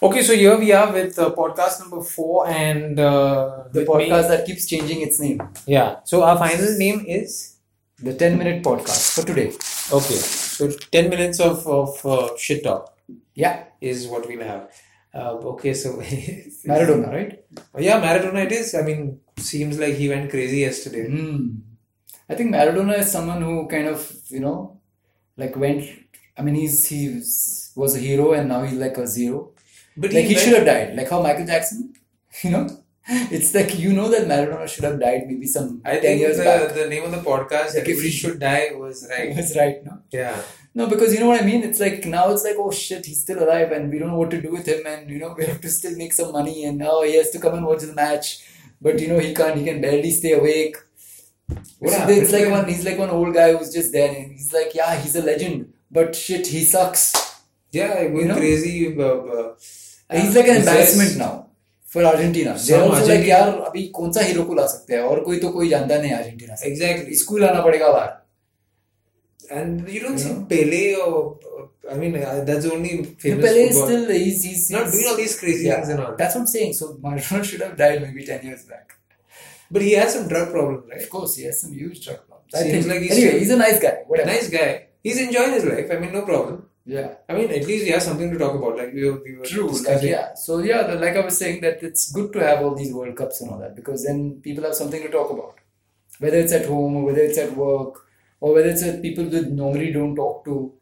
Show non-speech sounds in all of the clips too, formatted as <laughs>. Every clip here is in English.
Okay, so here we are with uh, podcast number four and uh, The with me- podcast that keeps changing its name. Yeah. So our final name is The 10 minute podcast for today. okay. So ten minutes of of uh, shit talk Yeah, is what we'll have. Uh, okay, so <laughs> it's- Maradona, right? Oh, yeah, Maradona. It is. I mean, seems like he went crazy yesterday. Hmm. I think Maradona is someone who kind of, you know, like went. I mean, he's he was- was a hero and now he's like a zero. But Like he went- should have died. Like how Michael Jackson, <laughs> you know? It's like you know that Maradona should have died maybe some I 10 think years the, back. the name of the podcast, Like, if Everybody he- Should Die, was He <laughs> right. was right, no? Yeah. No, because you know what I mean? It's like now it's like, oh shit, he's still alive and we don't know what to do with him and you know, <laughs> we have to still make some money and oh he has to come and watch the match. But you know, he can't he can barely stay awake. What So happened it's to like him? one he's like one old guy who's just there and he's like, Yeah, he's a legend, but shit, he sucks. Yeah, going know? crazy. Uh, uh, And he's like an possessed. embarrassment now for Argentina. They're Some also like Argentina- यार अभी कौन सा hero को ला सकते हैं और कोई तो कोई जानता नहीं अर्जेंटीना से Exactly. इसको ही लाना पड़ेगा बाहर And you don't You see know? Pele or uh, I mean uh, that's the only famous Pele is football. still he's, he's, not he's doing all these crazy Yeah, things and all. That's what I'm saying. So Maradona <laughs> should have died maybe 10 years back. But he has some drug problem, Of right? course, he has some huge drug problems. Seems I think. like he's anyway, still- he's a nice guy. Whatever. Nice guy. He's enjoying his life. I mean, no problem. Yeah. I mean, at least he has something to talk about. Like we were, we were True. Like, discussing. yeah. So yeah, the- like I was saying, that it's good to have all these World Cups and all that because then people have something to talk about, whether it's at home or whether it's at work or whether it's at people that normally don't talk to.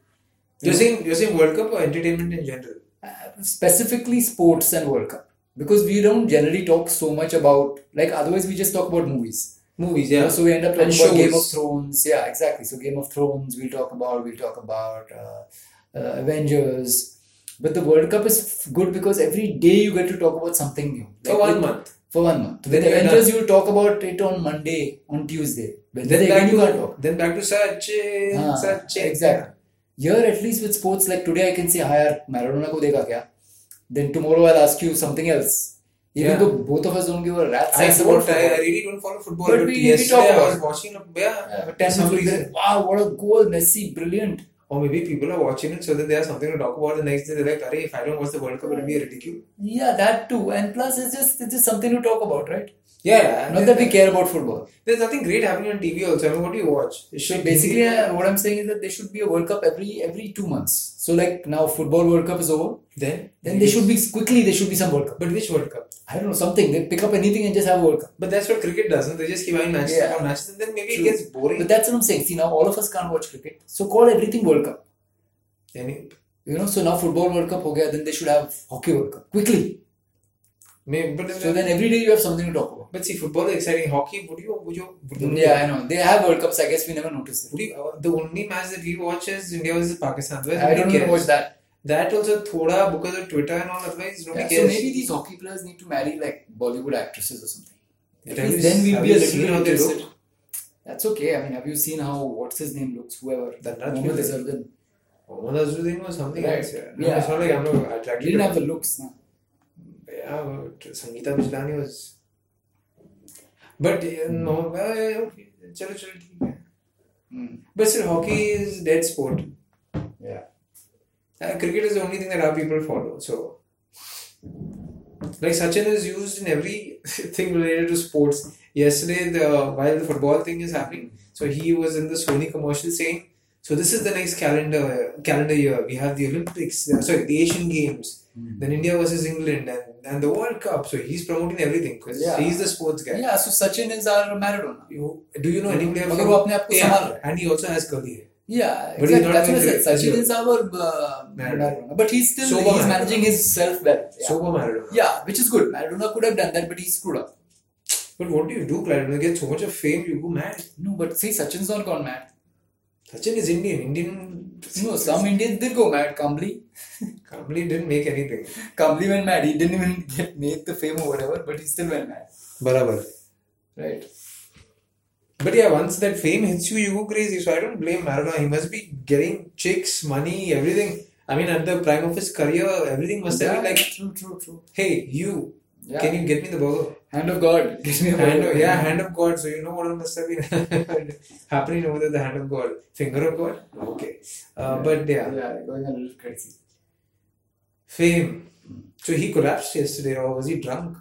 You're saying you're saying World Cup or entertainment in general? Uh, specifically sports and World Cup because we don't generally talk so much about like otherwise we just talk about movies. Movies, You know, yeah. so we end up And talking about Game of shows. Thrones. Yeah, exactly. So Game of Thrones, we'll talk about. We'll talk about uh, uh, Avengers. But the World Cup is f- good because every day you get to talk about something new. For Like one with- month. For one month. Then With you're Avengers, you'll talk about it on Monday, on Tuesday. But Then back you can't to talk. then back to Sachin, हाँ, Sachin. Ah, exactly. Here, at least with sports, like today, I can say, "Hi, यार, Maradona को देखा क्या?" Then tomorrow, I'll ask you something else. Even Yeah. though both of us don't give a rat's I ass about don't. I, football. I really don't follow football. But But, we- we yesterday talk I about was watching. A, yeah, Yeah, for some reason. wow, what a goal, Messi, brilliant. Or Oh, maybe people are watching it so that they have something to talk about the next day. They're like, "Arey, if I don't watch the World Cup, it'll be ridiculous." Yeah, that too. And plus, it's just it's just something to talk about, right? Yeah, yeah. Not that we care about football. There's nothing great happening on TV also. I mean, what do you watch? It should Basically, be- uh, what I'm saying is that there should be a World Cup every every two months. So like now, football World Cup is over. then Then there should be quickly there should be some World Cup. But which World Cup? I don't know something. They pick up anything and just have a World Cup. But that's what cricket does. No? They just keep having matches Yeah. upon matches, and then maybe True. it gets boring. But that's what I'm saying. See now, all of us can't watch cricket, so call everything World Cup. Any- You know, so now football World Cup ho gaya, then they should have hockey World Cup quickly. may- but, So then every day you have something to talk about. but see, football is exciting. Hockey, would you? Would you? Would you Yeah, I know. They have World Cups. I guess we never noticed it. Would you, uh, the only match that we watch is India versus Pakistan. Otherwise, I nobody don't cares. even watch that. That also, thoda because of Twitter and all. Otherwise, nobody Yeah, so cares. maybe these hockey players need to marry like Bollywood actresses or something. At Have least you- then we'll have be a you little seen how they interested. That's okay. I mean, have you seen how what's his name looks? Whoever That- that Mohammad really- Azharuddin Mohammad Azharuddin was something Right. else. Yeah. Yeah. It's not like I'm not attracted didn't to have the looks. No. Yeah, but Sangeeta Mujlani was. But uh, Hmm. no, uh, okay. चलो चलो ठीक है. Mm. But still, hockey is dead sport. Yeah. Uh, cricket is the only thing that our people follow. So, like Sachin is used in every <laughs> thing related to sports. Yesterday, the while the football thing is happening, so he was in the Sony commercial saying, "So this is the next calendar calendar year. We have the Olympics. uh, sorry, the Asian Games." Hmm. Then India versus England and, and the World Cup. So he's promoting everything because Yeah. he's the sports guy. Yeah. So Sachin is our Maradona. You, do you know any player? मगर from- वो अपने आप को Yeah. संभाल रहा है। And he also has curly hair. Yeah, But he's exactly. not That's what I doing said. great. Sachin Yeah. is our uh, Maradona. Maradona, but he's still Sober he's Maradona. managing himself well. Yeah. Sober Maradona. yeah, which is good. Maradona could have done that, but he screwed up. But what do you do, Clarendon? You get so much of fame, you go mad. No, but see, Sachin's not gone mad. Sachin is Indian. Indian. No, some Indians did go mad. Kamli. Kamli didn't make anything. Kamli went mad. He didn't even get make the fame or whatever, but he still went mad. Barabar. Right. But yeah, once that fame hits you, you go crazy. So I don't blame Maradona. He must be getting chicks, money, everything. I mean, at the prime of his career, everything must have been like, true, true, true. hey, you, Yeah. can you get me the burger? Hand of God. <laughs> Get me a Hand photo. of, yeah, hand of God. So you know what must have been <laughs> happening over there, the hand of God. Finger of God? Okay. Uh, But yeah, Yeah, going a little crazy. fame. So he collapsed yesterday, or was he drunk?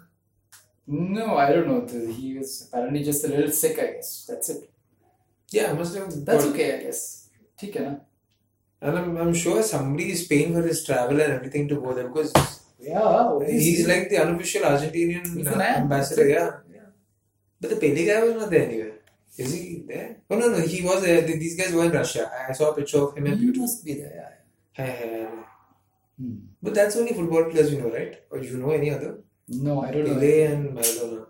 No, I don't know. The- He was apparently just a little sick, I guess. That's it. Yeah, must have. That's got- okay, I guess. ठीक है ना? And I'm, I'm sure somebody is paying for his travel and everything to go there because Yeah, he's like the unofficial Argentinian He's uh, an ad. ambassador. Yeah. Yeah. But the Pele guy was not there anywhere. Is he there? Oh no no he was there. Th- These guys were in Russia. I- I saw a picture of him and He must be there, yeah. Hey, hey, hey, hey. Hmm. But that's only football players you know, right? Or you know any other? No, I don't know. Pele and Maradona.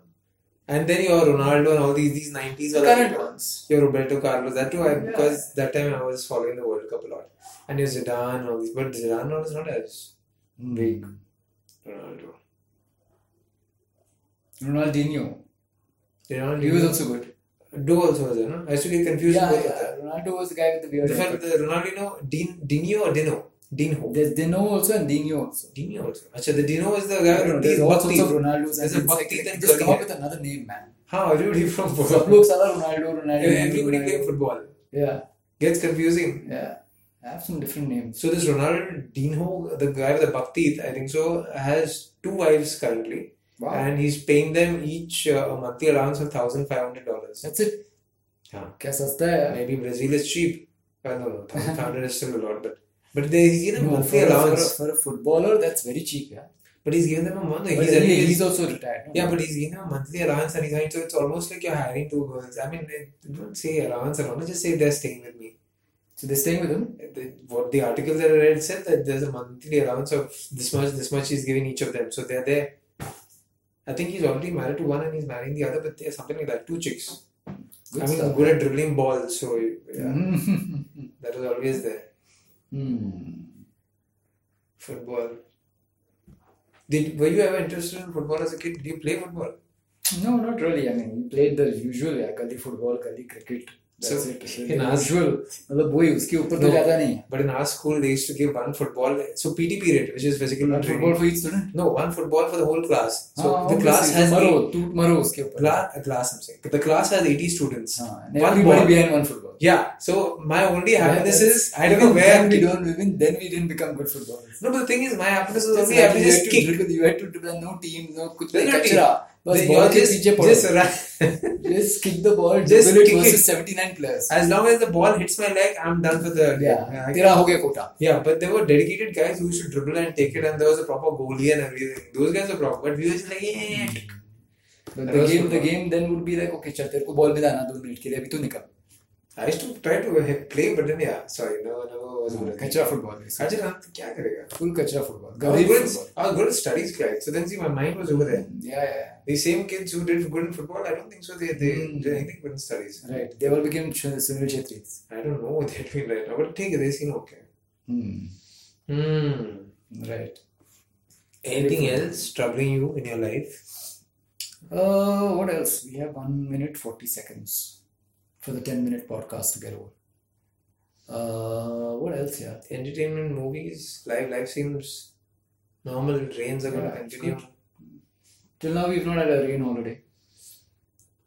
And then your Ronaldo and all these these nineties The are current ones. your Roberto Carlos. That too I, Yeah. because that time I was following the World Cup a lot. And your Zidane and all these but Zidane and all is not as Big. Ronaldo. Ronaldinho. Ronaldo He was also good. Do also was there, no? I used to get confused Yeah, with both of them. yeah. Ronaldo was the guy with the beard. The fact that Ronaldinho, Din, Dinho or Dino? Dinho. There's Dino also and Dinho also. Dino also. Achha, the Dino is the guy No, with there's teeth, all buck sorts of teeth. Ronaldos. There's and a it's buck like- teeth like, and Just curly come up hair. with another name, man. How everybody from सब football. लोग साला Ronaldo, Ronaldo. Everybody Ronaldo. playing football. Yeah, Gets confusing. yeah. I have some different names. So this Ronaldinho, the guy with the buck teeth, I think so, has two wives currently. Wow. And he's paying them each uh, a monthly allowance of $1,500. That's it. हाँ. क्या सस्ता है यार? Maybe Brazil is cheap. I don't know. 1500 is still a lot. But, but they, he's given a No, monthly for, for, allowance. for a footballer, that's very cheap, yeah. But he's given them a month. But He's, anyway, anyways- he's also retired. no? Yeah, but he's given a monthly allowance and he's going, so it's almost like you're hiring two girls. I mean, they- don't say allowance allowance, just say they're staying with me. So they're staying with him. The, what the article that I read said that there's a monthly allowance of this much, this much he's giving each of them. So they're there. I think he's already married to one and he's marrying the other, but there's something like that. Two chicks. Good I mean, stuff. good at dribbling balls, so yeah, Mm. that was always there. <laughs> Hmm. Football. Did were you ever interested in football as a kid? Did you play football? No, not really. I mean, we played the usual, yeah. कल ही football, कल ही cricket. That's So, it. in The our- usual. मतलब वही उसके ऊपर तो No. ज्यादा नहीं है. But in our school, they used to give one football, so PT period, which is physical Not training. football Ah, for each student. No, one football for the whole class. So हाँ, the class obviously, has मरो, eight, टूट मरो उसके ऊपर. class, class. I'm saying the class has eighty students. हाँ, and One everybody ball. behind one football. Yeah. So my only Yeah, happiness that's- is I don't <laughs> know where. Then we don't even then we didn't become good footballers. No, but the thing is, my happiness was Just only like happy you had just to kick. dribble, you had to dribble, no team, no कुछ There's नहीं, no कचरा. बस Then ball you're के just, पीछे पड़ो. just run. Just kick the ball, Just dribble it kick it. versus 79 players. as long as the ball hits my leg, I'm done for the Yeah, I- तेरा हो गया Kota. Yeah, but there were dedicated guys who used to dribble and take it, and there was a proper goalie and everything. Those guys were proper, but we were just like, yeah, yeah, yeah. But That the was game, the football. game then would be like, okay, चल तेरे को ball मिलाना दो minute के लिए अभी तू निकल. I used to try to uh, play, but then yeah, sorry, no, no, was good. कचरा फुटबॉल I just thought, क्या करेगा? फुल कचरा फुटबॉल I was गरीब good football at- I was good at studies, guys. So then, see, my mind was over there. या या The same kids who did good in football, I don't think so. They they Hmm. did anything good in studies. Right they will become Sunil Chhetri I don't know what <laughs> they're doing right now, but take it, they seem okay. Hmm Hmm. Right Anything else troubling you in your life? Uh, what else? We have one minute forty seconds for the ten minute podcast to get over. Uh, what else? Yeah, Entertainment, movies, life, life seems normal. Rains are going to Yeah, it's continue. till now we've not had a rain holiday.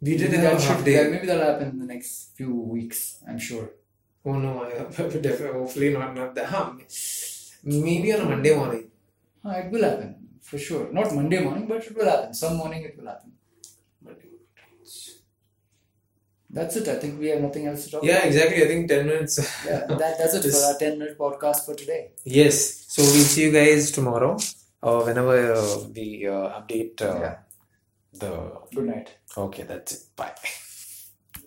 We did maybe have a that half should- day. that- maybe that'll happen in the next few weeks. I'm sure. Oh no, I, <laughs> definitely, hopefully not, not that. <laughs> Huh, maybe on a Monday morning. Uh, it will happen for sure. Not Monday morning, but it will happen. Some morning it will happen. Monday morning. That's it. I think we have nothing else to talk. Yeah, exactly. I think 10 minutes. <laughs> About. Yeah, that, that's it for Just- our ten minute podcast for today. Yes. So we'll see you guys tomorrow or whenever uh, we uh, update uh, Yeah. the. Good night. Okay, that's it. Bye.